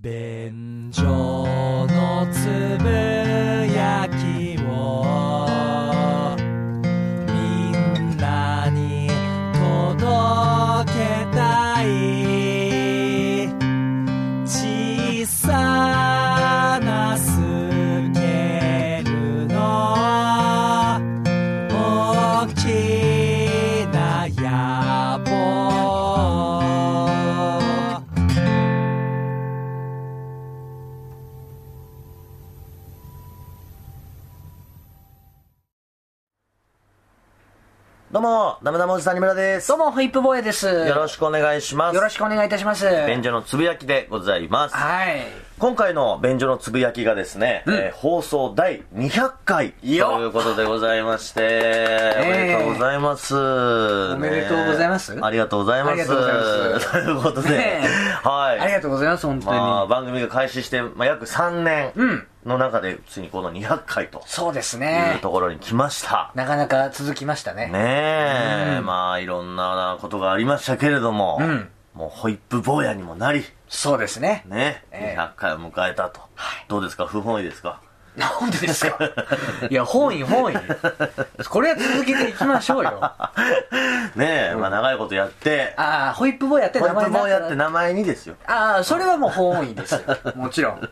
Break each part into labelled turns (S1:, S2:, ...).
S1: 便所のつぶやきをみんなに届けたい小さなスケールの大きな野望
S2: どうも、ダメダメおじさんにむらです。
S3: どうも、ホイップボーイです。
S2: よろ
S3: よ
S2: しくお願いします。
S3: ろしくお願いいたします。
S2: 便所のつぶやきでございます。
S3: はい。
S2: 今回の便所のつぶやきがですね、えー放送第200回と
S3: よっ
S2: いうことでございまして、おめでとうございます。お
S3: めでとうございます
S2: ありがとうございます。
S3: ありがとうございます
S2: ということで、
S3: ねえ
S2: はい。
S3: ありがとうございます、本当に。
S2: まあ、番組が開始して、まあ、約3年
S3: ん
S2: の中で、ついにこの200回と
S3: そうです
S2: いう
S3: ね。
S2: ところに来ました。
S3: なかなか続きましたね。
S2: ねえ、まあいろんなことがありましたけれども、
S3: ん
S2: もうホイップ坊やにもなり、
S3: そうですね。
S2: ね、
S3: ええ
S2: 200回を迎えたと。どうですか不本意ですか
S3: なんでですかいや、本意、本意。これは続けていきましょ うよ。あ
S2: ねえ、まあ長いことやって、
S3: あ、ホイップボーイやって
S2: ホイッ
S3: 名前
S2: プ坊やって名前にですよ。
S3: ああ、それはもう本意ですよ。もちろん。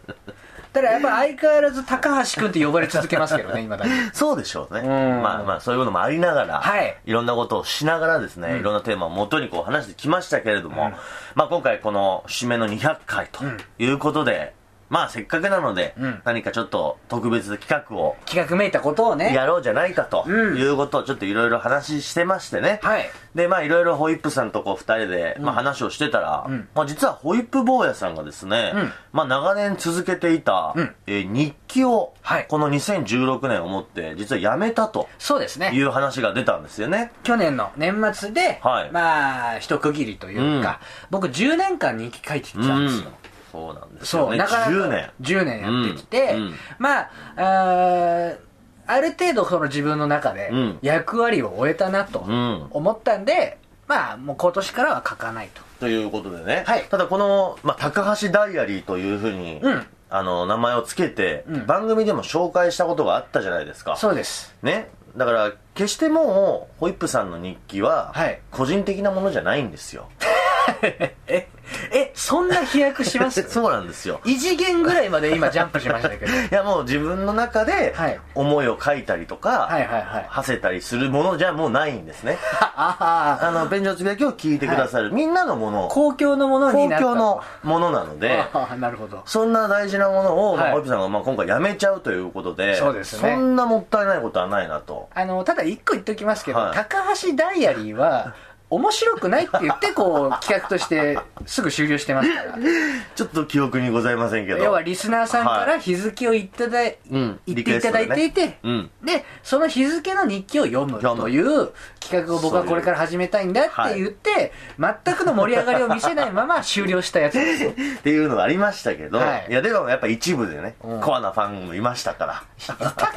S3: ただやっぱ相変わらず高橋くんって呼ばれ続けますけどね、今だけ。
S2: そうでしょうね。
S3: ん
S2: まあまあそういうこともありながら、
S3: はい
S2: ろんなことをしながらですね、いろんなテーマを元にこう話してきましたけれども、まあ今回この締めの200回ということで、まあせっかくなので、
S3: ん
S2: 何かちょっと特別企画を
S3: 企画めいたことをね。
S2: やろうじゃないかと
S3: うん
S2: いうことをちょっといろいろ話してましてね。
S3: はい
S2: で、まあいろいろホイップさんとこう二人で、まあ話をしてたら、
S3: ん
S2: まあ実はホイップ坊やさんがですね、
S3: ん
S2: まあ長年続けていた、
S3: うん
S2: えー日記を、
S3: はい
S2: この2016年をもって実はやめたと
S3: そうですね
S2: い。う話が出たんですよね。
S3: 去年の年末で、
S2: はい
S3: まあ一区切りというか、僕10年間日記書いてきた
S2: うん
S3: です
S2: ん
S3: よ、。
S2: そうなんです
S3: そ
S2: よ
S3: う、
S2: ね。
S3: なかなか
S2: 10年。
S3: 10年やってきて、
S2: うんうん
S3: まああーある程度その自分の中で
S2: うん
S3: 役割を終えたなと
S2: ん
S3: 思ったんで、まあもう今年からは書かないと
S2: ということでね、
S3: はい
S2: ただこの、まあ、高橋ダイアリーというふうに、
S3: うん
S2: あの名前をつけて、
S3: うん
S2: 番組でも紹介したことがあったじゃないですか
S3: そうです
S2: ねだから決してもうホイップさんの日記は、
S3: はい
S2: 個人的なものじゃないんですよ
S3: ええそんな飛躍します
S2: そうなんですよ
S3: 異次元ぐらいまで今ジャンプしましたけ ど
S2: いやもう自分の中で
S3: はい
S2: 思いを書いたりとか、
S3: はいはいはい
S2: 馳せたりするものじゃもうないんですね
S3: ああ
S2: あの便所つぶやきを聞いてくださる、みんなのもの
S3: 公共のもの
S2: 公
S3: になった
S2: 共のものなの で
S3: ああなるほど
S2: そんな大事なものを、ま
S3: は
S2: あ、
S3: い
S2: ホイップさんがまあ今回やめちゃうということで、
S3: そうですね
S2: そんなもったいないことはないなと。
S3: あの、ただ一個言っておきますけど、
S2: はい
S3: 高橋ダイアリーは、面白くないって言って、こう、企画としてすぐ終了してますから。
S2: ちょっと記憶にございませんけど。
S3: 要はリスナーさんか
S2: は
S3: ら日付を言っていただい、
S2: うん
S3: 言っていただいていて、
S2: リクエストでね
S3: で、その日付の日記を読む
S2: 読む
S3: という企画を僕はこれから始めたいんだって言って、全くの盛り上がりを見せないまま終了したやつで すよ。
S2: っていうのがありましたけど、
S3: はい
S2: い、やでもやっぱ一部でね、
S3: うん
S2: コアなファンもいましたから。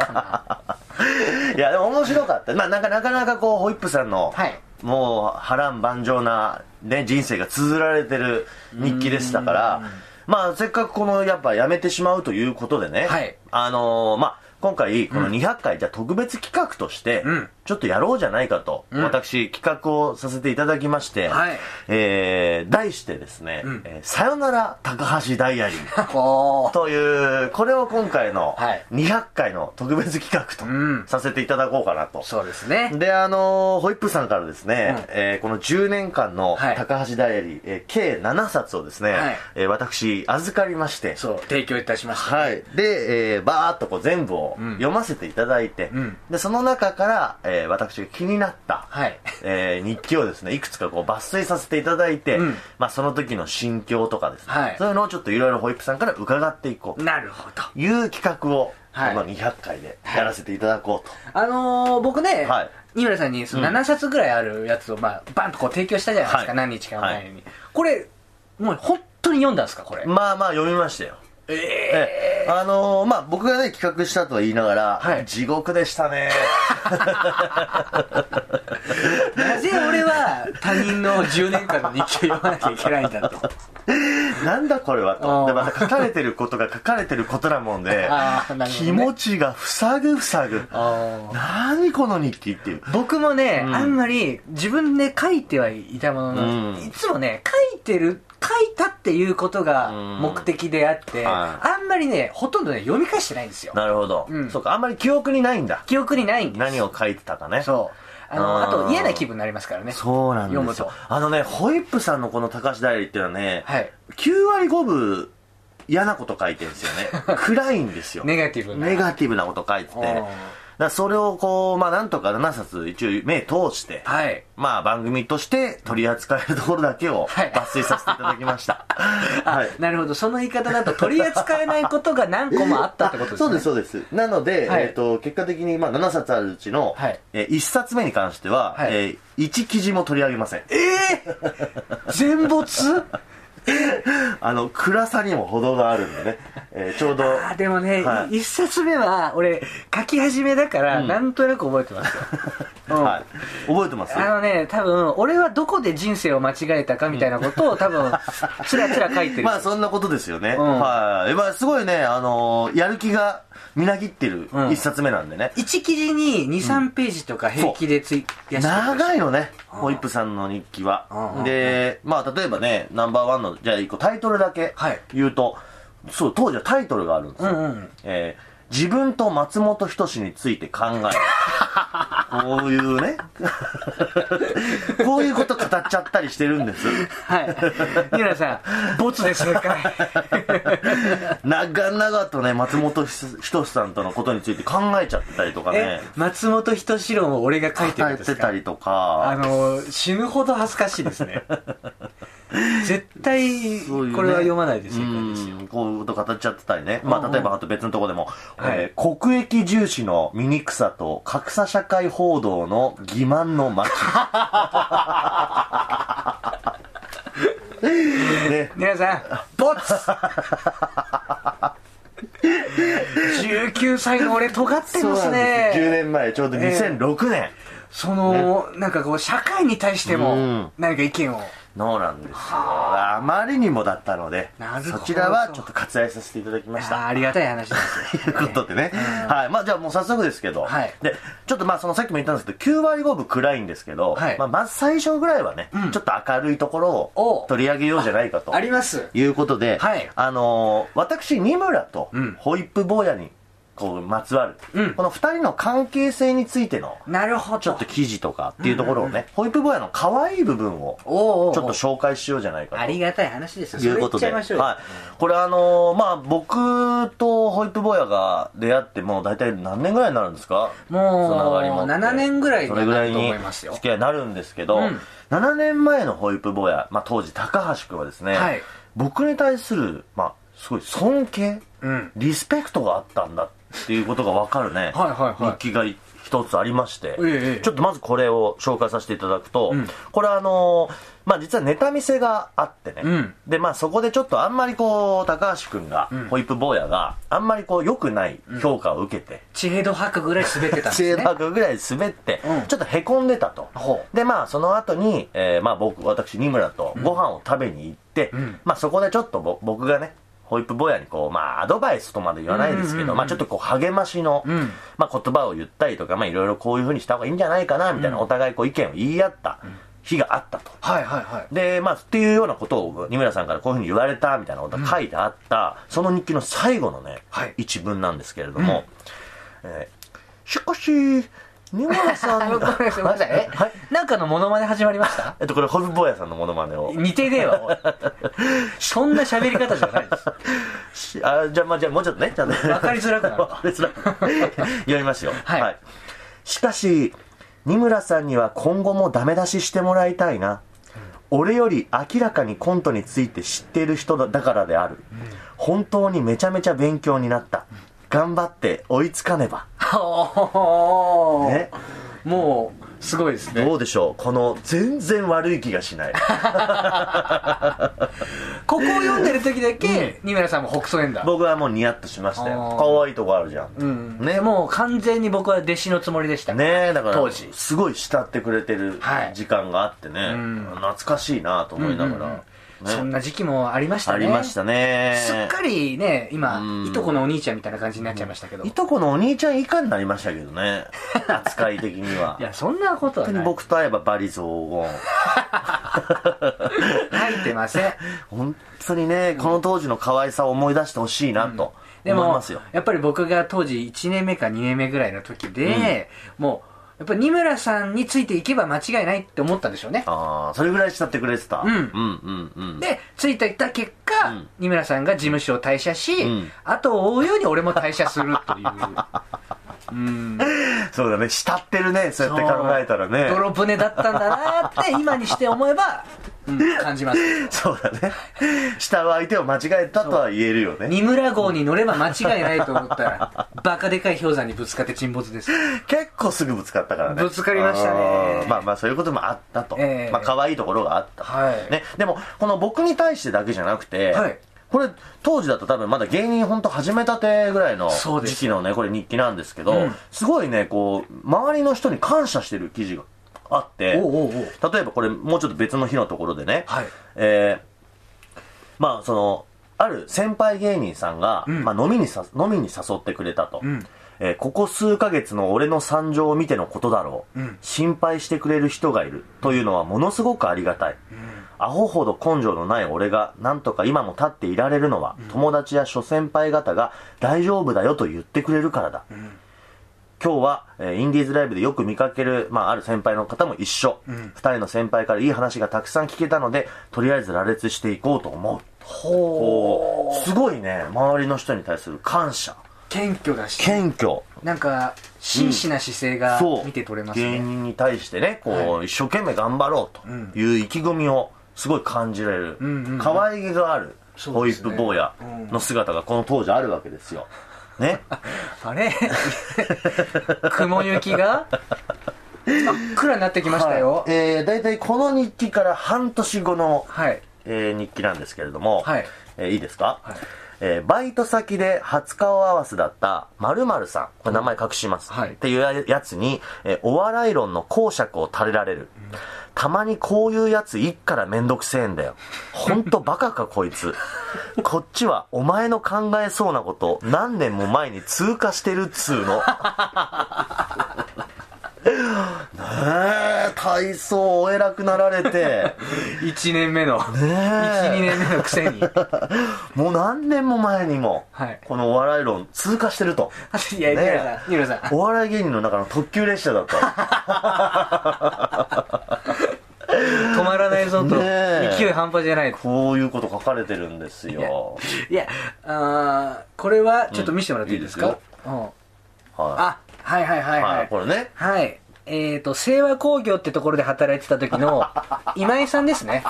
S2: いやでも面白かった。まあなんかなかなかこう、ホイップさんの、
S3: はい
S2: もう波乱万丈な、ね、人生が綴られてる日記でしたから、まあせっかくこのやっぱやめてしまうということでね、
S3: はい
S2: あのーまあ今回この200回、じゃあ特別企画として
S3: うん、
S2: ちょっとやろうじゃないかと、
S3: ん
S2: 私企画をさせていただきまして、
S3: はい
S2: えー、題してですね、
S3: ん
S2: えーさよなら高橋ダイアリー
S3: こう。
S2: という、これを今回の
S3: はい
S2: 200回の特別企画と
S3: うん
S2: させていただこうかなと。
S3: そうですね。
S2: で、あのーホイップさんからですね、
S3: うん
S2: えーこの10年間の
S3: はい
S2: 高橋ダイアリー、えー計7冊をですね、
S3: はい
S2: えー私、預かりまして、
S3: そう、提供いたしました。
S2: はい。で、えーバーっとこう全部を読ませていただいて、
S3: うん
S2: で、その中から、えー私が気になった、
S3: はい
S2: えー日記をですね、いくつかこう抜粋させていただいて、
S3: うん
S2: まあその時の心境とかですね、
S3: はい
S2: そういうのをちょっといろいろホイップさんから伺っていこう
S3: なるほど。
S2: という企画を、
S3: はい
S2: この200回でやらせていただこうと。
S3: あのー、僕ね、
S2: はい
S3: 二村さんにその7冊ぐらいあるやつを、まあ、バンとこう提供したじゃないですか、
S2: はい
S3: 何日か前に、これもう本当に読んだんですかこれ、
S2: まあまあ読みましたよ。
S3: ええ
S2: ええあのーまあ僕がね企画したとは言いながら、
S3: はい
S2: 地獄でしたね
S3: なぜ俺は他人の10年間の日記を読まなきゃいけないんだと
S2: なんだこれは
S3: あ
S2: と
S3: ー
S2: でまた書かれてることが書かれてることなもんで
S3: あーなるほどね
S2: 気持ちが塞ぐ塞ぐ
S3: あー
S2: 何この日記っていう
S3: 僕もね、
S2: うん
S3: あんまり自分で書いてはいたも
S2: う
S3: のの、
S2: ん
S3: いつもね書いてる書いたっていうことが
S2: うん
S3: 目的であって、
S2: は
S3: あんまりねほとんどね読み返してないんですよ
S2: なるほど、
S3: うん
S2: そうかあんまり記憶にないんだ
S3: 記憶にないんです
S2: 何を書いてたかね
S3: そうあの
S2: あ
S3: あ
S2: ー
S3: と嫌な気分になりますからね
S2: そうなんですよ
S3: 読む
S2: あのねホイップさんのこの高橋代理っていうのはね、
S3: はい
S2: 9割5分嫌なこと書いてるんですよ ね暗いんですよ
S3: ネガティブな
S2: ネガティブなこと書いてて
S3: おー
S2: だからそれをこうまあなんとか7冊一応目通して、
S3: はい
S2: まあ番組として取り扱えるところだけを
S3: はい
S2: 抜粋させていただきました。
S3: あ、
S2: はい。
S3: なるほどその言い方だと取り扱えないことが何個もあったってことです
S2: そ
S3: ね
S2: うです、そうです。なので、
S3: はい
S2: えっ、と、結果的に、まあ、7冊あるうちの、
S3: はい
S2: えー1冊目に関しては、
S3: はい
S2: えー1記事も取り上げません。
S3: 全没
S2: あの、暗さにも程があるんでね、えーちょうど、
S3: あでもね、
S2: はい
S3: 一冊目は俺書き始めだから、なんとなく覚えてますよ、 うん
S2: はい。覚えてます
S3: あのね多分俺はどこで人生を間違えたかみたいなこと を多分つらつら書いてる
S2: まあ、そんなことですよね。
S3: ん
S2: はい。まあ、すごいね、あのーやる気がみなぎってる1冊目なんでね。
S3: 1記事に23ページとか平気でついやしてる
S2: 長いのねホイップさんの日記は
S3: うん
S2: でまあ例えばねナンバーワンのじゃあ一個タイトルだけ
S3: はい
S2: 言うと、そう当時はタイトルがあるんですよ、
S3: うんうん
S2: えー自分と松本人志について考え るこういうね こういうこと語っちゃったりしてるんです
S3: はい ニラさんボツです正 解
S2: 長々とね松本人志さんとのことについて考えちゃってたりとか
S3: え
S2: ね
S3: 松本人志論を俺が書いて
S2: 考
S3: るん
S2: え
S3: で
S2: て
S3: す
S2: た
S3: か
S2: りと
S3: あ
S2: か
S3: の死ぬほど恥ずかしいです ね絶対
S2: そういうね
S3: これは読まないで正解ですよ
S2: うんこういうこと語っちゃってたりね。ま
S3: うんう
S2: あ、
S3: ん
S2: 例えば、あと別のとこでも、
S3: はい
S2: えー国益重視の醜さと格差社会報道の欺瞞の 巻。ね、
S3: 皆さんボツ19歳の俺尖ってます
S2: です10
S3: ね
S2: 年前、ちょうど2006年
S3: その、なんかこう社会に対して
S2: う
S3: も
S2: ん
S3: 何か意見を
S2: のなんですよ。あまりにもだったので
S3: なるほど、
S2: そちらはちょっと割愛させていただきました。
S3: あありがたい話です
S2: ということでね。はい。まあじゃあもう早速ですけど。
S3: はい
S2: で、ちょっとまあそのさっきも言ったんですけど、9割5分暗いんですけど、
S3: はい
S2: まあまず最初ぐらいはね、ちょっと明るいところ
S3: お
S2: を取り上げようじゃないかと。
S3: あります
S2: いうことで、
S3: はい
S2: あのー私、二村と
S3: ん
S2: ホイップ坊やに、こう、まつわる、
S3: うん
S2: この二人の関係性についての、
S3: なるほど
S2: ちょっと記事とかっていうところをね、ホイップ坊やの可愛い部分を、ち
S3: おうおう
S2: ょ
S3: おう
S2: っと紹介しようじゃないかと。
S3: ありがたい話ですよ
S2: とい
S3: そうれ
S2: こ
S3: 言
S2: と
S3: っちゃ
S2: で、
S3: いましょうよ、
S2: はい、これあのーまあ僕とホイップ坊やが出会ってもう大体何年ぐらいになるんですか
S3: もう
S2: つながり持って
S3: 7年ぐらいに
S2: そ
S3: は
S2: れぐらい
S3: なると
S2: に
S3: 思いますよ
S2: 付き合いになるんですけど、
S3: うん
S2: 7年前のホイップ坊や、まあ、当時高橋君はですね、
S3: はい
S2: 僕に対する、まあ、すごい尊敬、
S3: うん
S2: リスペクトがあったんだっていうことが分かるね
S3: はいはいはい
S2: 日記が一つありまして、
S3: ええ
S2: ちょっとまずこれを紹介させていただくと、
S3: ん
S2: これあのーまあ実はネタ見せがあってね、
S3: うん
S2: でまあそこでちょっとあんまりこう高橋君が、ホイップ坊やがあんまりこう良くない評価を受けて、
S3: チェード吐くぐらい滑ってたんです
S2: チ
S3: ね
S2: ェーバーグぐらい滑って、
S3: うん
S2: ちょっとへこんでたと
S3: ほ。
S2: で、まあ、その後に、えーまあ、僕、私、二村とご飯を食べに行って、
S3: ん
S2: まあ、そこでちょっとぼ僕がね、ホイップ坊やにこう、まあ、アドバイスとまで言わないですけど、まあ、ちょっとこう、励ましの、
S3: ん
S2: まあ、言葉を言ったりとか、まあ、いろいろこういうふうにした方がいいんじゃないかな、みたいな、お互いこう、意見を言い合った日があったと。
S3: はいはいはい
S2: で、まあ、っていうようなことを、二村さんからこういうふうに言われた、みたいなことが書いてあった、その日記の最後のね、
S3: はい
S2: 一文なんですけれども、えーしかし、二村さ
S3: あ
S2: ん
S3: ごめんな さいごめんなさいえ、
S2: はい。
S3: なんかのモノマネ始まりました
S2: えっと、これ、ホブ坊やさんのモノマネを。
S3: 似てねえわ、おいそんな喋り方じゃないです。
S2: しあ、じゃあ、まあ、じゃあ、もうちょっとね、ちゃんと。
S3: わかりづらくなる
S2: わかりづらく 読みますよ。
S3: はい
S2: しかし、二村さんには今後もダメ出ししてもらいたいな。俺より明らかにコントについて知っている人だだからである、本当にめちゃめちゃ勉強になった、頑張って追いつかねば、
S3: おー
S2: ね、
S3: もう、すごいですね。
S2: どうでしょうこの全然悪い気がしない
S3: ここを読んでる時だけ、二村さんも北総んだ。
S2: 僕はもうニヤッとしましたよ
S3: あー
S2: 可愛いとこあるじゃん、
S3: うん。
S2: ね
S3: ね、もう完全に僕は弟子のつもりでした。
S2: ねえだから
S3: 当時
S2: すごい慕ってくれてる
S3: はい
S2: 時間があってね、
S3: ん
S2: 懐かしいなと思いながら、
S3: うんうんうんそんな時期もありました
S2: あ
S3: ね
S2: りましたね
S3: すっかりね今
S2: うん
S3: いとこのお兄ちゃんみたいな感じになっちゃいましたけど
S2: い
S3: い
S2: とこのお兄ちゃん以下になりましたけどね 扱い的には
S3: やそんなことは
S2: 本当
S3: な
S2: に
S3: い
S2: 僕と会えばバリ雑言
S3: 入って ません
S2: 本当にねこの当時の可愛さを思い出してほしいなと
S3: で
S2: 思い
S3: も
S2: ますよ、
S3: やっぱり僕が当時1年目か2年目ぐらいの時でもうやっぱり二村さんについていけば間違いないって思ったんでしょうね
S2: ああそれぐらい慕ってくれてた、
S3: うん
S2: うんうんうん
S3: でついていった結果、
S2: うん
S3: 二村さんが事務所を退社し、
S2: うん
S3: 後を追うように俺も退社すると いううん
S2: そうだね慕ってるねそうやって考えたらね
S3: 泥船だったんだなって今にして思えば、うん感じます
S2: そうだね慕う相手を間違えたとは言えるよね
S3: 二村号に乗れば間違いないと思った らバカでかい氷山にぶつかって沈没です
S2: 結構すぐぶつかったからね
S3: ぶつかりましたね
S2: あーまあまあそういうこともあったと、
S3: ええ
S2: まあ可愛いところがあった、
S3: はい
S2: ね、でもこの僕に対してだけじゃなくて、
S3: はい
S2: これ当時だと多分まだ芸人本当始めたてぐらいの
S3: そうです
S2: 時期のねこれ日記なんですけど、
S3: うん
S2: すごいねこう周りの人に感謝してる記事があって
S3: おうおうおう
S2: 例えばこれもうちょっと別の日のところでね、
S3: はい
S2: えーまあそのある先輩芸人さんが、
S3: ん
S2: まあ、飲みにさ飲みに誘ってくれたと、
S3: ん
S2: えーここ数ヶ月の俺の惨状を見てのことだろう、
S3: うん
S2: 心配してくれる人がいるというのはものすごくありがたい、アホほど根性のない俺がなんとか今も立っていられるのは、友達や諸先輩方が大丈夫だよと言ってくれるからだ、今日は、えーインディーズライブでよく見かける、まあ、ある先輩の方も一緒、二人の先輩からいい話がたくさん聞けたのでとりあえず羅列していこうと思う
S3: ほ
S2: こうすごいね周りの人に対する感謝
S3: 謙虚だし
S2: 謙虚
S3: なんか真摯な姿勢が見て取れます
S2: 芸
S3: ね、
S2: 人に対してねこう、一生懸命頑張ろうという意気込みをすごい感じられる、
S3: んうんうん
S2: 可愛げがある
S3: そう
S2: ホイ
S3: です
S2: ッ
S3: ね
S2: プ坊やの姿がこの当時あるわけですよ、 ね
S3: あれ雲行きが真っ暗になってきましたよ
S2: はいえー、大体この日記から半年後の、
S3: はい
S2: えー日記なんですけれども、
S3: はい
S2: えーいいですか、
S3: はい
S2: えーバイト先で初顔合わせだった〇〇さん、これ名前隠します、
S3: は
S2: っ
S3: い
S2: ていうやつに、えーお笑い論の講釈を垂れられる。たまにこういうやつ一からめんどくせえんだよ。ほんとバカかこい つ。こっちはお前の考えそうなこと何年も前に通過してるっつ うの。ねえ、体操お偉くなられ て。
S3: 1年目の12
S2: ねえ
S3: 年目のくせに
S2: もう何年も前にも、
S3: はい
S2: このお笑い論通過してる と。
S3: いや
S2: ね
S3: 二
S2: え
S3: 村さん二村さん
S2: お笑い芸人の中の特急列車だった。
S3: 止まらないぞと
S2: ねえ
S3: 勢い半端じゃない
S2: こういうこと書かれてるんですよ。
S3: いやあーこれはちょっと見せてもらっていいです
S2: うん
S3: か
S2: いい、
S3: うん
S2: は
S3: あはいはいはい
S2: い。
S3: はい、
S2: はい、これね。
S3: はい。えっ、と、清和工業ってところで働いてた時 の今井さんですね。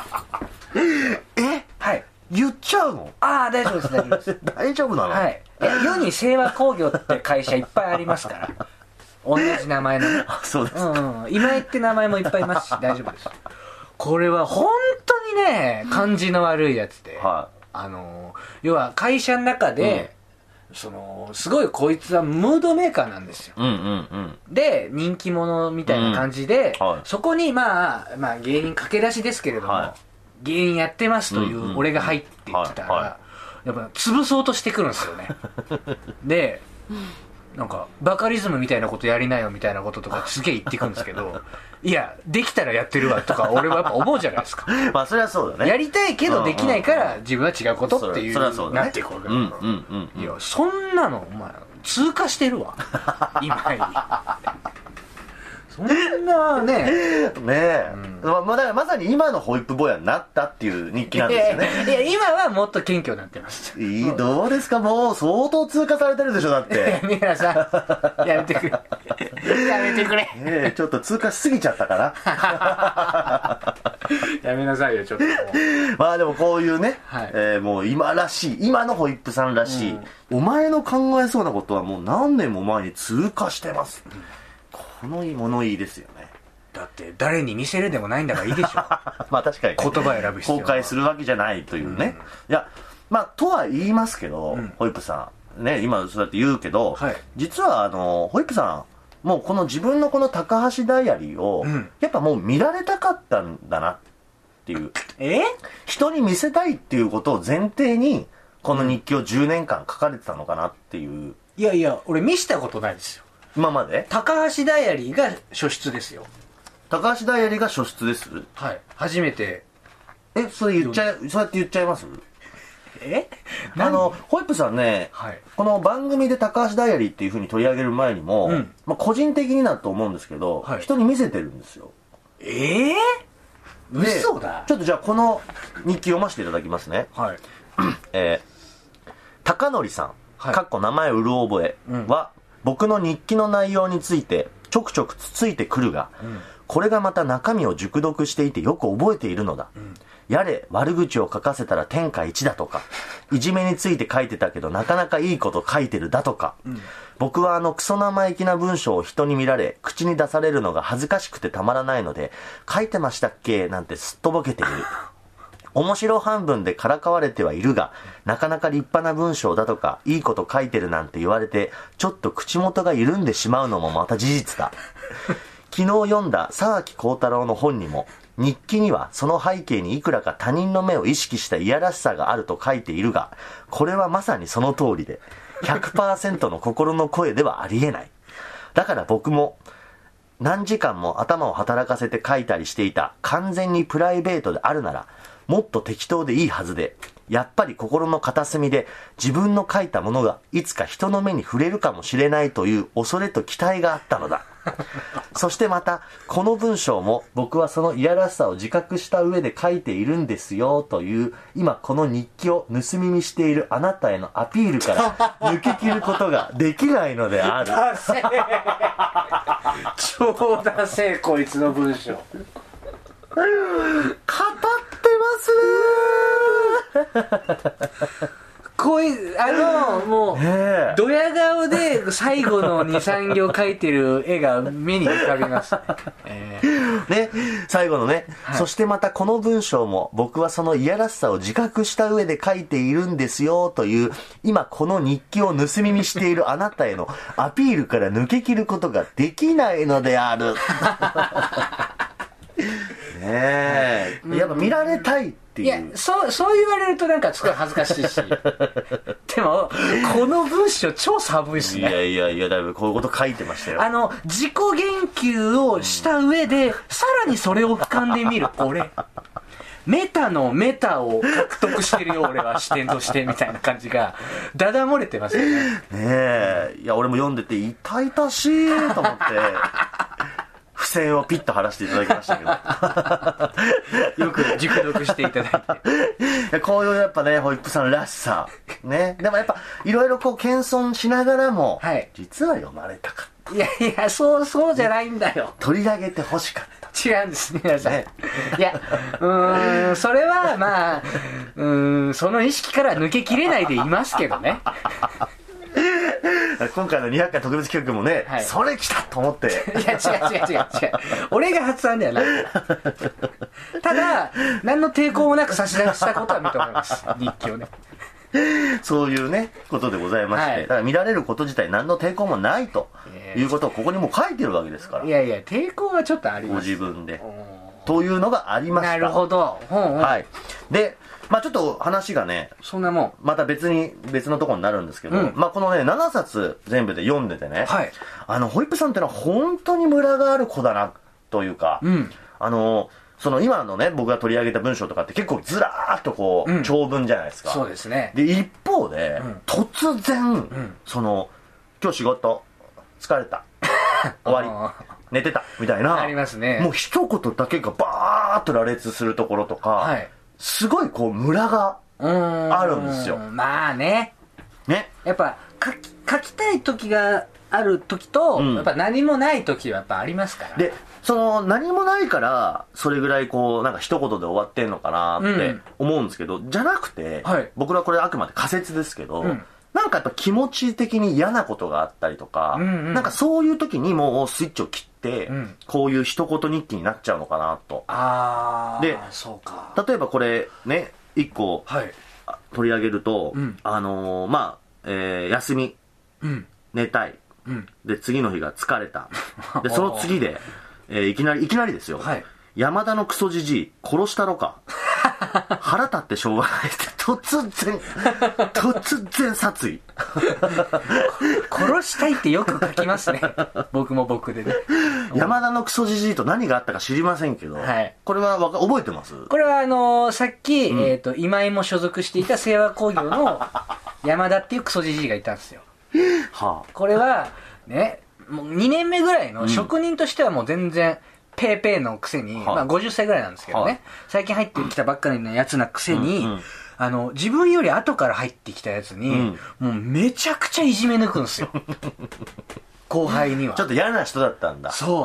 S2: え
S3: はい。
S2: 言っちゃうの
S3: ああ、大丈夫です、大丈夫です。
S2: 大丈夫なの
S3: はい。いや世に清和工業って会社いっぱいありますから。同じ名前の。
S2: あそうです。
S3: うん、うん。今井って名前もいっぱいいますし、大丈夫です。これは本当にね、感じの悪いやつで。
S2: は
S3: あのー要は会社の中で、その、すごいこいつはムードメーカーなんですよ。
S2: い。うんうんうん。
S3: で人気者みたいな感じで、
S2: うんはい
S3: そこに、まあ、まあ芸人駆け出しですけれども、
S2: は
S3: 芸人やってますとい
S2: うんうん
S3: う俺が入ってきたら、
S2: はいは
S3: やっぱ潰そうとしてくるんで すよねでなんかバカリズムみたいなことやりなよみたいなこととかすげえ言ってくるんですけど いやできたらやってるわとか俺はやっぱ思うじゃないですか
S2: まあ、それはそう だね。
S3: やりたいけどできないから自分は違うことっていう
S2: それはそうだね。
S3: なってくる
S2: うんうんうんうん。
S3: いや、そんなの、お前、通過してる わ。今に。そんなね。
S2: ねえ。まあ、まあだからまさに今のホイップ坊やになったっていう日記なんですよ ね。
S3: いや、いや今はもっと謙虚になってます。
S2: いい、どうですかもう相当通過されてるでしょ、だ って。ね
S3: 宮原さん、やめてくれ。やめてくれ。
S2: えちょっと通過しすぎちゃったかな。
S3: やめなさいよ、ちょっとも
S2: まあでもこういうね、
S3: はい
S2: えーもう今らしい、今のホイップさんらしい、お前の考えそうなことはもう何年も前に通過してます。この物言いですよね。
S3: う。だって、誰に見せるでもないんだからいいでしょ。
S2: まあ確かに、
S3: 言葉選ぶ必要
S2: 公
S3: は
S2: 開するわけじゃないというね。いや、まあとは言いますけど、
S3: ん
S2: ホイップさん、ね、今そうやって言うけど、
S3: はい
S2: 実はあの、ホイップさん、もうこの自分のこの高橋ダイアリーを、
S3: うん
S2: やっぱもう見られたかったんだなっっていう
S3: え
S2: 人に見せたいっていうことを前提にこの日記を10年間書かれてたのかなっていう
S3: いやいや、俺見したことないですよ。
S2: 今まで
S3: 高橋ダイアリーが初出ですよ。
S2: 高橋ダイアリーが初出です
S3: はい。初めて。
S2: えそれ言っちゃいそうやって言っちゃいます
S3: え
S2: あのホイップさんね、
S3: はい
S2: この番組で高橋ダイアリーっていうふうに取り上げる前にも、
S3: うん
S2: まあ、個人的になると思うんですけど、
S3: はい
S2: 人に見せてるんですよ
S3: ええ
S2: で
S3: 嘘だ
S2: ちょっとじゃあこの日記読ませていただきますね
S3: はい。
S2: えー高則さん、
S3: はい
S2: かっこ名前うる覚え
S3: うん
S2: は、僕の日記の内容についてちょくちょくつついてくるが、これがまた中身を熟読していてよく覚えているのだ。やれ、悪口を書かせたら天下一だ とか、いじめについて書いてたけどなかなかいいこと書いてるだとか、僕はあのクソ生意気な文章を人に見られ、口に出されるのが恥ずかしくてたまらないので、書いてましたっけなんてすっとぼけている。面白半分でからかわれてはいるが、なかなか立派な文章だとか、いいこと書いてるなんて言われて、ちょっと口元が緩んでしまうのもまた事実だ。昨日読んだ沢木幸太郎の本にも、日記にはその背景にいくらか他人の目を意識したいやらしさがあると書いているが、これはまさにその通りで、100%の心の声ではありえない。だから僕も、何時間も頭を働かせて書いたりしていた完全にプライベートであるならもっと適当でいいはずでやっぱり心の片隅で自分の書いたものがいつか人の目に触れるかもしれないという恐れと期待があったのだそしてまたこの文章も僕はそのいやらしさを自覚した上で書いているんですよという今この日記を盗み見しているあなたへのアピールから抜け切ることができないのである
S3: ダセー 超ダセーこいつの文章
S2: 語ってますね
S3: こいあのもう
S2: ねえ
S3: ドヤ顔で最後の23行描いてる絵が目に浮かび ますね、えー
S2: ね、最後のね、そしてまたこの文章も僕はそのいやらしさを自覚した上で書いているんですよという今この日記を盗み見しているあなた へのアピールから抜け切ることができないのである ねえやっぱ見られたいって
S3: い
S2: い
S3: や
S2: う
S3: そうそう言われるとなんかすごい恥ずかし いしでもこの文章超寒いし
S2: い
S3: ね
S2: やいやいやだいぶこういうこと書いてましたよ
S3: あの自己言及をした上で、さらにそれを俯瞰で見る俺メタのメタを獲得してるよ俺は視点としてみたいな感じがだだ漏れてますよね
S2: ねえ、いや俺も読んでて痛々しいと思って 付箋をピッと貼らせていただきましたけど
S3: よく熟読していただいて
S2: いやこういうやっぱねホイップさんらしさねでもやっぱいろいろこう謙遜しながらも、
S3: はい
S2: 実は読まれたかった
S3: いやいやそうそうじゃないんだよ
S2: 取り上げてほしかった
S3: 違うんです皆さん、
S2: ね
S3: いやうーんそれはまあうーんその意識から抜けきれないでいますけどね
S2: 今回の200回特別企画もね、
S3: はい
S2: それ来たと思って
S3: いや、違う違う違う違う。俺が発案ではない。ただ、何の抵抗もなく差し出したことは認 めます。日記をね。
S2: そういうねことでございまして、
S3: はい
S2: だから見られること自体何の抵抗もないと
S3: ええ
S2: いうことをここにも書いてるわけですから
S3: いやいや、抵抗はちょっとあり
S2: ご
S3: ます。
S2: 自分でというのがありました
S3: なるほど。ほんほん
S2: はいでまあちょっと話がね
S3: そんなもん。
S2: また別に別のとこになるんですけど、
S3: うん
S2: まあこのね7冊全部で読んでてね、
S3: はい
S2: あのホイップさんってのは本当にムラがある子だなというか、
S3: うん
S2: あのその今のね僕が取り上げた文章とかって結構ずらーっとこう、
S3: うん
S2: 長文じゃないですか
S3: そうですね。
S2: で一方で、
S3: ん
S2: 突然、
S3: ん
S2: その今日仕事疲れ た終わり寝てたみたいな
S3: ありますね
S2: もう一言だけがバーっと羅列するところとか、
S3: はい
S2: すごいこうムラが
S3: うーん。
S2: あるんですよ
S3: まあね。
S2: ね
S3: やっぱ、書き、書きたい時がある時と、
S2: うん
S3: やっぱ何もない時はやっぱありますから。
S2: でその何もないからそれぐらいこうなんか一言で終わってんのかな
S3: う
S2: って
S3: ん
S2: 思うんですけど、じゃなくて、
S3: はい
S2: 僕はこれあくまで仮説ですけど、
S3: うん
S2: なんかやっぱ気持ち的に嫌なことがあったりとか、
S3: うんうん
S2: なんかそういう時にもうスイッチを切って、
S3: うん
S2: こういう一言日記になっちゃうのかなと
S3: あー。
S2: で
S3: そうか。
S2: 例えばこれね一個
S3: はい。
S2: あ取り上げると、
S3: うん
S2: あのーまあ、えー休み
S3: うん。
S2: 寝たい
S3: うん。
S2: で次の日が疲れたでその次で、えーいきなりいきなりですよ、
S3: はい。
S2: 山田のクソじじい殺したのか 腹立ってしょうがないって突 然突然殺意
S3: 殺したいってよく書きま すね僕も僕でね
S2: 山田のクソじじいと何があったか知りませんけど、
S3: はい
S2: これはわか覚えてます
S3: これはあのーさっき、えっと今井も所属していた清和工業 の山田っていうクソじじいがいたんですよ
S2: は
S3: これはねもう2年目ぐらいの職人としてはもう全然ペーペーのくせに、
S2: はい
S3: まあ、50歳ぐらいなんですけどね、
S2: はい
S3: 最近入ってきたばっかりのやつなくせに、
S2: うんうん
S3: あの自分より後から入ってきたやつに、
S2: ん
S3: もうめちゃくちゃいじめ抜く んですよ後輩には
S2: あちょっと嫌な人だったんだ
S3: そ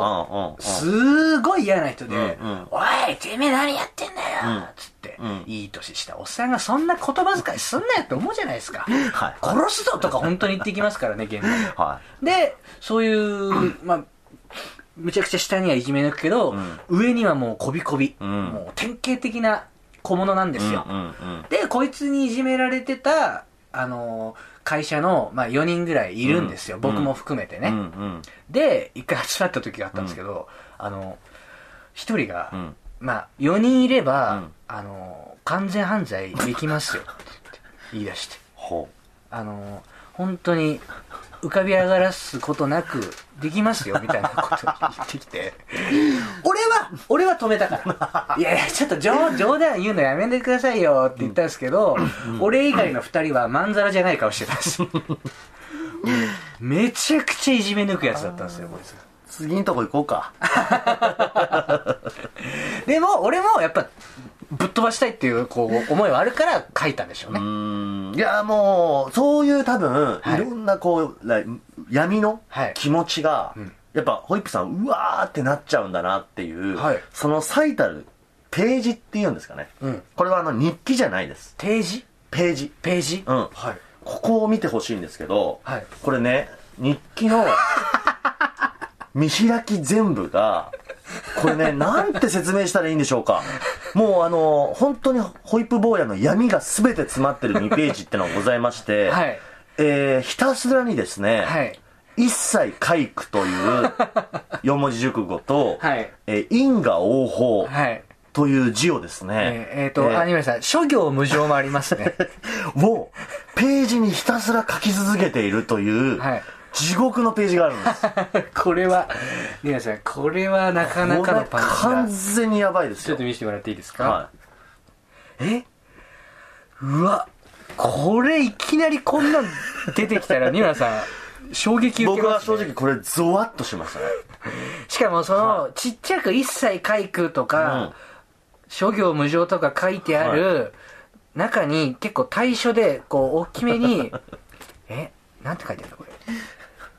S2: ん
S3: う、
S2: うんうん
S3: すごい嫌な人で「
S2: うんうん
S3: おいてめえ何やってんだよ」つって、
S2: うん
S3: いい年したおっさんがそんな言葉遣いすんなよって思うじゃないですか
S2: はい
S3: 殺すぞとか本当に言ってきますからね現場で
S2: は
S3: でそういう、まあむちゃくちゃ下にはいじめ抜くけど、上にはもうこびこび、
S2: うん
S3: もう典型的な小物なんで
S2: い、う
S3: す
S2: ん
S3: よ、
S2: うんうん
S3: でこいつにいじめられてたあのー会社の、まあ、4人ぐらいいるんですよ、
S2: うん
S3: 僕も含めてね、
S2: うんうん
S3: で一回集まった時があったんですけど、あの一人が、
S2: うん
S3: まあ4人いれば、
S2: うん
S3: あの完全犯罪できますよって言って言い出して
S2: ほ
S3: あの本当に浮かび上がらすことなくできますよみたいなことを言ってきて俺は俺は止めたから いやいやちょっと冗冗談言うのやめてくださいよって言ったんですけど、俺以外の2人はまんざらじゃない顔してたんですよめちゃくちゃいじめ抜くやつだったんですよこいつが
S2: う次のとこ行こうか
S3: でも俺もやっぱぶっ飛ばしたいっていうこう思いはあるから書いたんでしょうね、
S2: うーんいやもうそういう多分、
S3: はい
S2: い、ろんなこうら闇の
S3: はい
S2: 気持ちが、
S3: ん
S2: やっぱホイップさんうわーってなっちゃうんだなっていう、
S3: はい
S2: その最たるページっていうんですかね、
S3: うん
S2: これはあの日記じゃないです
S3: ページ
S2: ページ
S3: ページ、
S2: うん
S3: はい
S2: ここを見てほしいんですけど、
S3: はい
S2: これね日記 の見開き全部がこれねなんて説明したらいいんでしょうかもうあの本当にホイップ坊やの闇が全て詰まってる2ページってのがございまして、
S3: はい
S2: えーひたすらにですね、
S3: はい
S2: 一切皆苦という四文字熟語と、
S3: はい
S2: えー因果応報
S3: はい
S2: という字をですね、
S3: えーえーと、
S2: えー
S3: アニメさん、諸行無常もありますね。
S2: をページにひたすら書き続けているという、
S3: はい
S2: 地獄のページがあるんです。
S3: これは、アニメさん、これはなかなかの
S2: こ
S3: パ
S2: れ
S3: ン
S2: 完
S3: チだ。
S2: 全にやばいです
S3: ちょ
S2: よ
S3: っと。見せてもらっていいですか、
S2: は
S3: えうわ、これいきなりこんなん出てきたら、ニムラさん、衝撃
S2: い、
S3: 受け
S2: 僕
S3: ま
S2: は
S3: す、
S2: 正
S3: ね。
S2: 直これゾワッとしましたね。
S3: しかもその、ちっちゃく一切開空とか、諸行無常とか書いてある中に、結構対書で、こう、大きめに、 え、なんて書いてあるのこれ。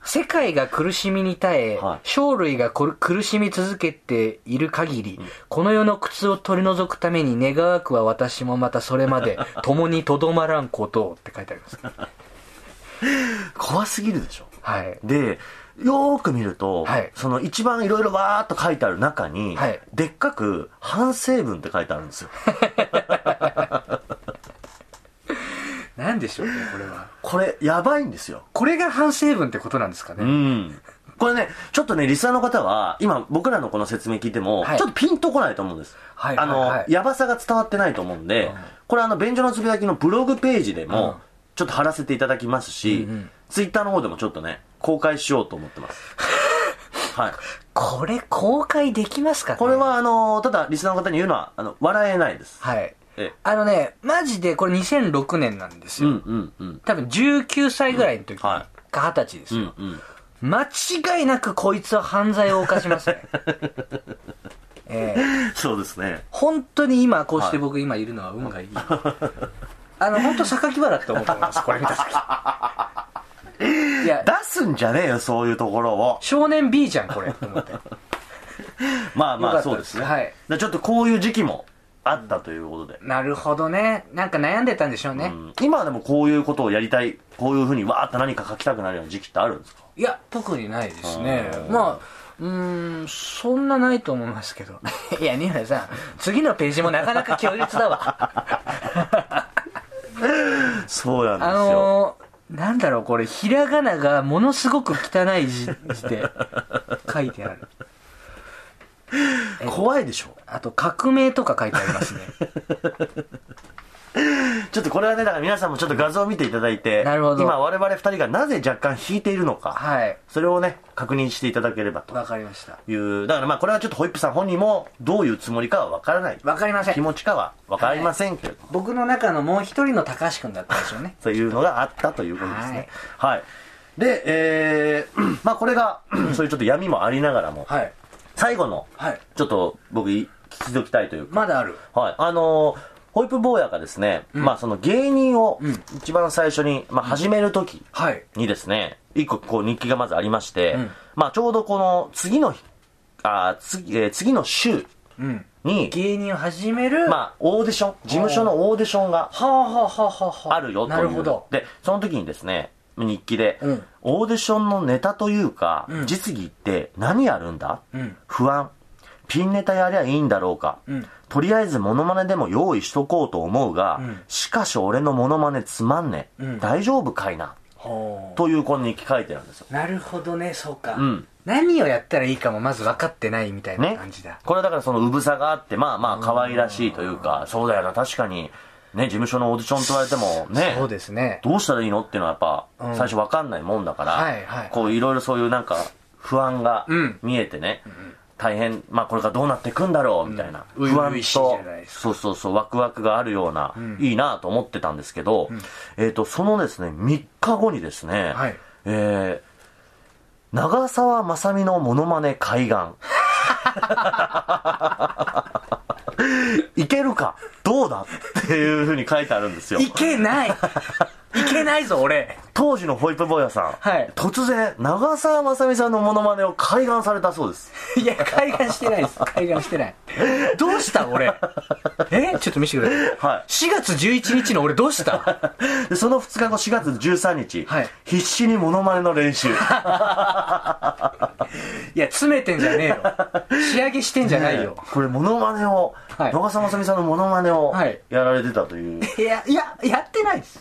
S3: 世界が苦しみに耐え、
S2: はい
S3: 生類がこる苦しみ続けている限り、この世の苦痛を取り除くために願わくは私もまたそれま で共にとどまらんことをって書いてあります。
S2: 怖すぎるでしょ。
S3: はい。
S2: で、よーく見ると、
S3: はい
S2: その一番いろいろわーっと書いてある中に、
S3: はい
S2: でっかく反省文って書いてあるんですよ。
S3: なんでしょうね、これは。
S2: これやばいんですよ。
S3: これが反省文ってことなんですかね。
S2: うん。これね、ちょっとね、リスナーの方は、今僕らのこの説明聞いても、
S3: はい
S2: ちょっとピンとこないと思うんです。
S3: はいはいはい
S2: あの、やばさが伝わってないと思うんで、これあの、便所のつぶやきのブログページで
S3: うん
S2: も、ちょっと貼らせていただきますし、
S3: うんうん
S2: ツイッターの方でもちょっとね、公開しようと思ってます。 はい。
S3: これ公開できますかね
S2: これはあの、ただリスナーの方に言うのは、あの、笑えないです。
S3: はい。
S2: え
S3: あのね、マジでこれ2006年なんです
S2: う
S3: よ。
S2: んうんうん。
S3: 多分19歳ぐらいの
S2: う
S3: 時、
S2: んは
S3: か20歳です
S2: うんう
S3: よ、
S2: ん。
S3: 間違いなくこいつは犯罪を犯します ね。えー
S2: そうですね。
S3: 本当に今こうして
S2: はい
S3: 僕今いるのは運がいい。 あの、本当榊原だって思うと思います、これ見た時。 いや
S2: 出、すんじゃねえよ、そういうところを。
S3: 少年 B じゃん、これ、と思って。
S2: まあ
S3: よか
S2: ま
S3: っ
S2: あ
S3: た
S2: そうですね。
S3: はい
S2: でちょっとこういう時期もあったということで。
S3: なるほどね。なんか悩んでたんでしょうね。
S2: うん今でもこういうことをやりたい、こういうふうにわーっと何か書きたくなるような時期ってあるんですか
S3: いや特にないですね
S2: あー
S3: まあうーんそんなないと思いますけど いや新村さん次のページもなかなか強烈だわ
S2: そうなん
S3: あのー、なんだろうこれひらがながものすごく汚 い字字で書いてある
S2: 怖いでしょ
S3: あと、革命とか書いてありま すね。
S2: ちょっとこれはね、だから皆さんもちょっと画像を見ていただいて、
S3: なるほど
S2: 今我々二人がなぜ若干引いているのか、
S3: はい。
S2: それをね、確認していただければと
S3: わかりました。
S2: いう、だからまあこれはちょっとホイップさん本人もどういうつもりかはわからない。
S3: わかりませ
S2: 気
S3: ん。
S2: 持ちかはわかりませんけれども、
S3: 僕の中のもう一人の高橋くんだったでしょうね。
S2: というのがあったということですね。はい。で、えー、 まあこれが、そういうちょっと闇もありながらも、
S3: はい。
S2: 最後の、
S3: はい。
S2: ちょっと僕い聞きときたいというか、
S3: まだある。
S2: はい。あのーホイップ坊やがですね、まあその芸人を
S3: ん
S2: 一番最初に、まあ始めるとき
S3: はい。
S2: にですね、一個こう日記がまずありまして、
S3: ん
S2: まあちょうどこの次の日、あー次、えー次の週
S3: うん。
S2: に、
S3: 芸人を始める。
S2: まあオーディション、事務所のオーディションが
S3: はあはあはあはは
S2: あるよという。
S3: なるほど。
S2: で、その時にですね、日記で、
S3: うん
S2: オーディションのネタというか、
S3: うん
S2: 実技って何やるんだ、
S3: うん
S2: 不安。ピンネタやりゃいいんだろうか、
S3: うん
S2: とりあえずモノマネでも用意しとこうと思うが、
S3: うん
S2: しかし俺のモノマネつまんねえ、
S3: うん
S2: 大丈夫かいな。
S3: ほう
S2: というこの日記書いてるんですよ。
S3: なるほどね、そうか。
S2: うん
S3: 何をやったらいいかもまず分かってないみたいな
S2: ね
S3: 感じだ。。
S2: これはだからそのうぶさがあって、まあまあ可愛らしいというか、そうだよな、確かに、ね、事務所のオーディションと言われてもね、
S3: そうですね。
S2: どうしたらいいのっていうのはやっぱ、
S3: うん
S2: 最初わかんないもんだから、
S3: はいはい
S2: こういろいろそういうなんか、不安が
S3: うん
S2: 見えてね、大変、まあこれからどうなっていくんだろうみたいな、
S3: う
S2: 不
S3: ん初々
S2: 安
S3: しいじ
S2: と
S3: ゃないで、す
S2: そうそうそう、ワクワクがあるような、
S3: ん
S2: いいなと思ってたんですけど、えっ、と、そのですね、3日後にですね、
S3: はい
S2: えー、長澤まさみのモノマネ海 岸。いけるかどうだっていうふうに書いてあるんですよ。
S3: いけない いけないぞ、俺。
S2: 当時のホイップ坊やさん、
S3: はい
S2: 突然長澤まさみさんのモノマネを開眼されたそうです
S3: いや、開眼してないです。開眼してない。どうした 俺。えちょっと見せてください。
S2: は
S3: 4月11日の俺どう した
S2: いでその2日後4月13日、
S3: はい
S2: 必死にモノマネの練習
S3: いや、詰めてんじゃねえよ。仕上げしてんじゃないよ。
S2: これモノマネを、
S3: はい
S2: 長澤まさみさんのモノマネを
S3: はい
S2: やられてたという、
S3: いや、いや、やってないです。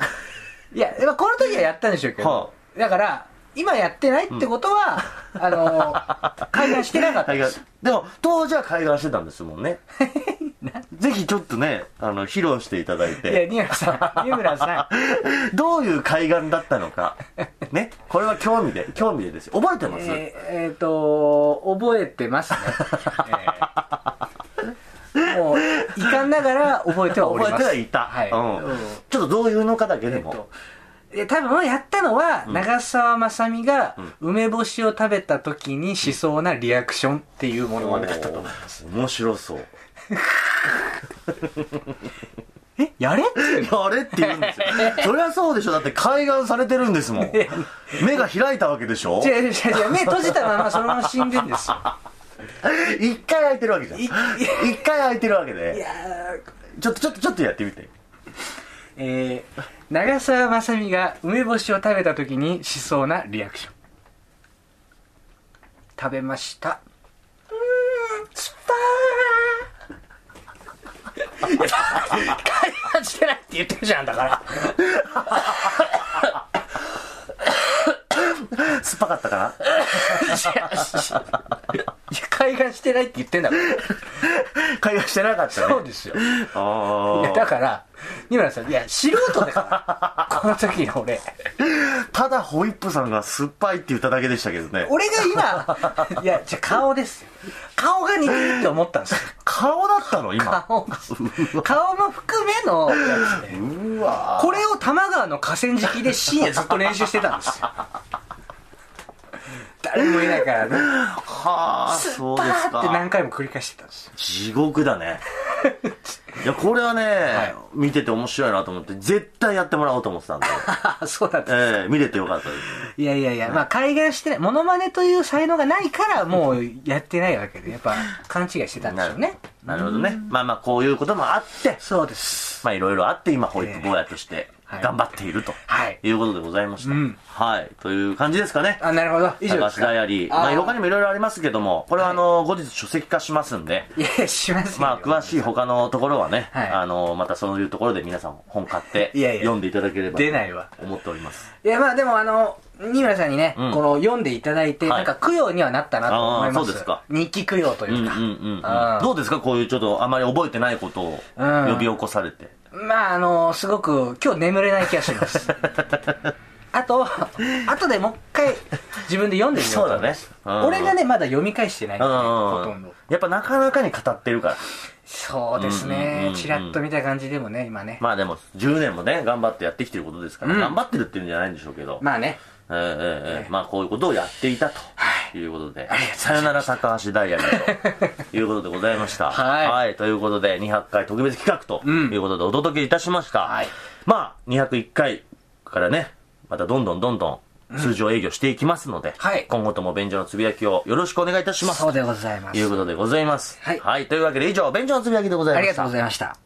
S3: いや、まあこの時はやったんでしょうけど。
S2: は
S3: だから、今やってないってことは、あの、開眼してな かった
S2: 開
S3: で
S2: 眼
S3: す。
S2: でも当時は開眼してたんですもん ねぜひちょっとねあの披露していただい
S3: いや、
S2: て
S3: 二村さん、二村 さん。
S2: どういう開眼だったのかねこれは興味で興味でですよ覚えてます、
S3: えーえーと、覚えてますね。え ーもう、遺憾ながら覚えてはおります。
S2: 覚えてはいた、
S3: はい。
S2: うん
S3: うん
S2: ちょっとどういうのかだけで
S3: えっ
S2: も、
S3: と、え多分やったのは、長澤まさみが梅干しを食べた時にしそうなリアクションっていうものまでだったと思います。
S2: 面白そう。
S3: え、やれっていうの
S2: あれって言うん ですよ。そりゃそうでしょ。だって海岸されてるんですもん。目が開いたわけでしょ
S3: 違う違う違う違う目閉じたままそのまま死んでんですよ
S2: 一回開いてるわけじゃん。
S3: い
S2: 一回開いてるわけ
S3: い
S2: で。
S3: やー
S2: ちょっとちょっとちょっとやってみて。
S3: えー、長澤まさみが梅干しを食べた時にしそうなリアクション食べましたうーん酸っぱーいや開発してないって言ってるじゃんだから
S2: 酸っぱかったか
S3: いやいや開眼してないって言ってんだから
S2: な海岸してなかったね。
S3: そうですよい
S2: あ
S3: やだから二村さんいや素人だからこの時の俺
S2: あ。ただホイップさんが酸っぱいって言っただけでしたけどね。
S3: 俺が今いやじゃあ顔ですよ顔が似てるって思ったんですよ
S2: 顔だったの今。
S3: 顔です顔も含めのやつで
S2: うわ
S3: これを多摩川の河川敷で深夜ずっと練習してたんですよ誰もいないからね
S2: はあ、そう
S3: パ
S2: です
S3: ーって
S2: か。
S3: 何回も繰り返してたんですよ
S2: 地獄だね。いや、これはね、見てて面白いなと思って、絶対やってもらおうと思ってたんで。
S3: あそうなんです
S2: ええ見れてよかったです。
S3: いやいやいや、まあ、開眼してない、モノマネという才能がないから、もうやってないわけで、やっぱ、勘違いしてたんでしょうね。
S2: なるほどね。まあまあ、こういうこともあって、
S3: そうです。
S2: まあいろいろあって、今、ホイップ坊やとして
S3: はい
S2: 頑張っていると、
S3: はい
S2: い、うことでございました。
S3: うん
S2: はい。という感じですかね。
S3: あ、なるほど。以上
S2: 高
S3: で
S2: 橋
S3: すか。
S2: ダイアリー。
S3: あ
S2: まあ、他にもいろいろありますけども、これはあの、後日書籍化しますんで、
S3: いやいや、しませんよ。
S2: まあ、詳しい他のところはね、
S3: はい
S2: あの、またそういうところで皆さん本買って
S3: いやいや
S2: 読んでいただければ
S3: 出ないわ。
S2: と思っております。
S3: いや、まあ、でも、あの、二村さんにね、
S2: うん
S3: この読んでいただいて、
S2: はい
S3: なんか供養にはなったなと思います
S2: あーそうですか
S3: 日記供養と
S2: うんう
S3: い
S2: ん
S3: うか、
S2: うん
S3: あー
S2: どうですかこういうちょっとあまり覚えてないことを
S3: うん
S2: 呼び起こされて、
S3: まああのすごく今日眠れない気がします あと後でもう一回自分で読んでみようと思います
S2: そうだねうん
S3: 俺がねまだ読み返してないん
S2: う
S3: で
S2: ん
S3: ね
S2: うん
S3: ほと
S2: うん
S3: んど
S2: やっぱなかなかに語ってるから
S3: そうです
S2: うんうんうん
S3: ね
S2: うん
S3: チラッと見た感じでもね今ね
S2: まあでも10年もね頑張ってやってきてることですから、
S3: うん
S2: 頑張ってるっていうんじゃないんでしょうけど、
S3: まあね
S2: ええええええまあこういうことをやっていたということで、
S3: りがとうございます
S2: さよなら高橋ダイヤルということでございま した。
S3: はい
S2: ということで、200回特別企画と
S3: うん
S2: いうことでお届けいたしました。
S3: はい
S2: まあ、201回からね、またどんどんどんどん通常営業していきますので、
S3: はい
S2: 今後とも便所のつぶやきをよろしくお願いいたします。
S3: そうでございま
S2: という
S3: す
S2: ことでございます。
S3: はい
S2: というわけで以上、便所のつぶやきでございました。
S3: ありがとうございました